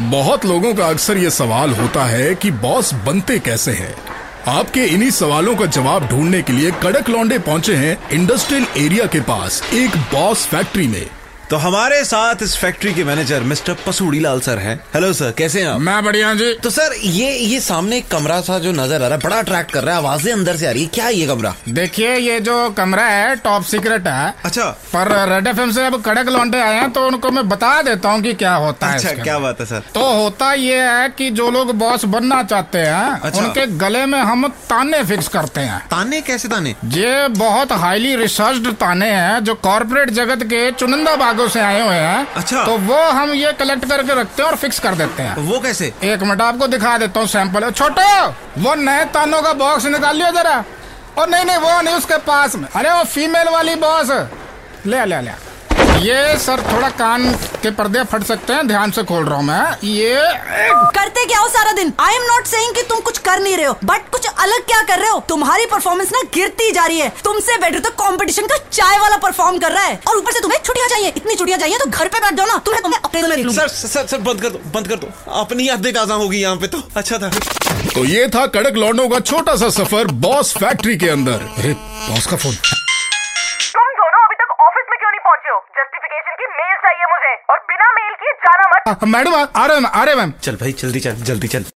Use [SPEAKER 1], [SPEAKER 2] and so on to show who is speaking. [SPEAKER 1] बहुत लोगों का अक्सर ये सवाल होता है कि बॉस बनते कैसे हैं आपके इन्हीं सवालों का जवाब ढूंढने के लिए कड़क लौंडे पहुंचे हैं इंडस्ट्रियल एरिया के पास एक बॉस फैक्ट्री में
[SPEAKER 2] तो हमारे साथ इस फैक्ट्री के manager mister Pasudi Lal sir हैं हेलो सर कैसे हैं आप
[SPEAKER 3] मैं बढ़िया जी
[SPEAKER 2] तो सर ये ये सामने एक कमरा सा जो नजर आ रहा है बड़ा अट्रैक्ट कर रहा है आवाजें अंदर से आ रही है क्या है ये कमरा
[SPEAKER 3] देखिए ये जो कमरा है टॉप सीक्रेट है
[SPEAKER 2] अच्छा
[SPEAKER 3] पर रेड एफ से अब कड़क लौंडे आए हैं तो उनको मैं बता देता हूँ कि क्या होता है
[SPEAKER 2] अच्छा
[SPEAKER 3] इसके
[SPEAKER 2] क्या
[SPEAKER 3] अंदर।
[SPEAKER 2] बात है सर
[SPEAKER 3] तो होता ये है कि जो लोग बॉस बनना चाहते हैं
[SPEAKER 2] अच्छा।
[SPEAKER 3] उनके गले में हम ताने फिक्स करते हैं
[SPEAKER 2] ताने कैसे ताने
[SPEAKER 3] ये बहुत हाईली रिसर्च्ड ताने हैं जो कॉरपोरेट जगत के चुनिंदा भागों से आए हुए हैं
[SPEAKER 2] अच्छा।
[SPEAKER 3] तो वो हम ये कलेक्ट करके रखते हैं और फिक्स कर देते हैं
[SPEAKER 2] वो कैसे
[SPEAKER 3] एक मिनट आपको दिखा देता हूँ सैंपल छोटो वो नए तानों का बॉक्स निकालियो जरा और नहीं नहीं वो नहीं उसके पास में अरे वो फीमेल वाली बॉस ले आ, ले आ, ले आ। ये सर थोड़ा कान के पर्दे फट सकते हैं ध्यान से खोल रहा हूँ मैं ये
[SPEAKER 4] करते क्या हो सारा दिन आई एम नॉट सेइंग कि तुम कुछ कर नहीं रहे हो बट कुछ अलग क्या कर रहे हो तुम्हारी परफॉर्मेंस ना गिरती जा रही है तुमसे बेटर तो कंपटीशन का चाय वाला परफॉर्म कर रहा है और ऊपर से तुम्हें छुट्टियां चाहिए इतनी छुट्टियां चाहिए तो घर पे बैठ जाओ ना तुम्हें तुम्हें अपने में रख लूंगी।
[SPEAKER 2] सर सर सर बंद कर दो बंद कर दो अपनी यादें ताजा होगी यहाँ पे तो अच्छा था
[SPEAKER 1] तो ये था कड़क लौंडों का छोटा सा सफर बॉस फैक्ट्री के अंदर
[SPEAKER 3] अरे बॉस का फोन
[SPEAKER 5] तुम दोनों अभी तक ऑफिस में क्यों नहीं पहुंचे हो जस्टिफिकेशन की मेल चाहिए मुझे और बिना मेल किए जाना मत
[SPEAKER 3] मैडम आ रहे मैम आ रहे मैम
[SPEAKER 2] चल भाई जल्दी चल जल्दी चल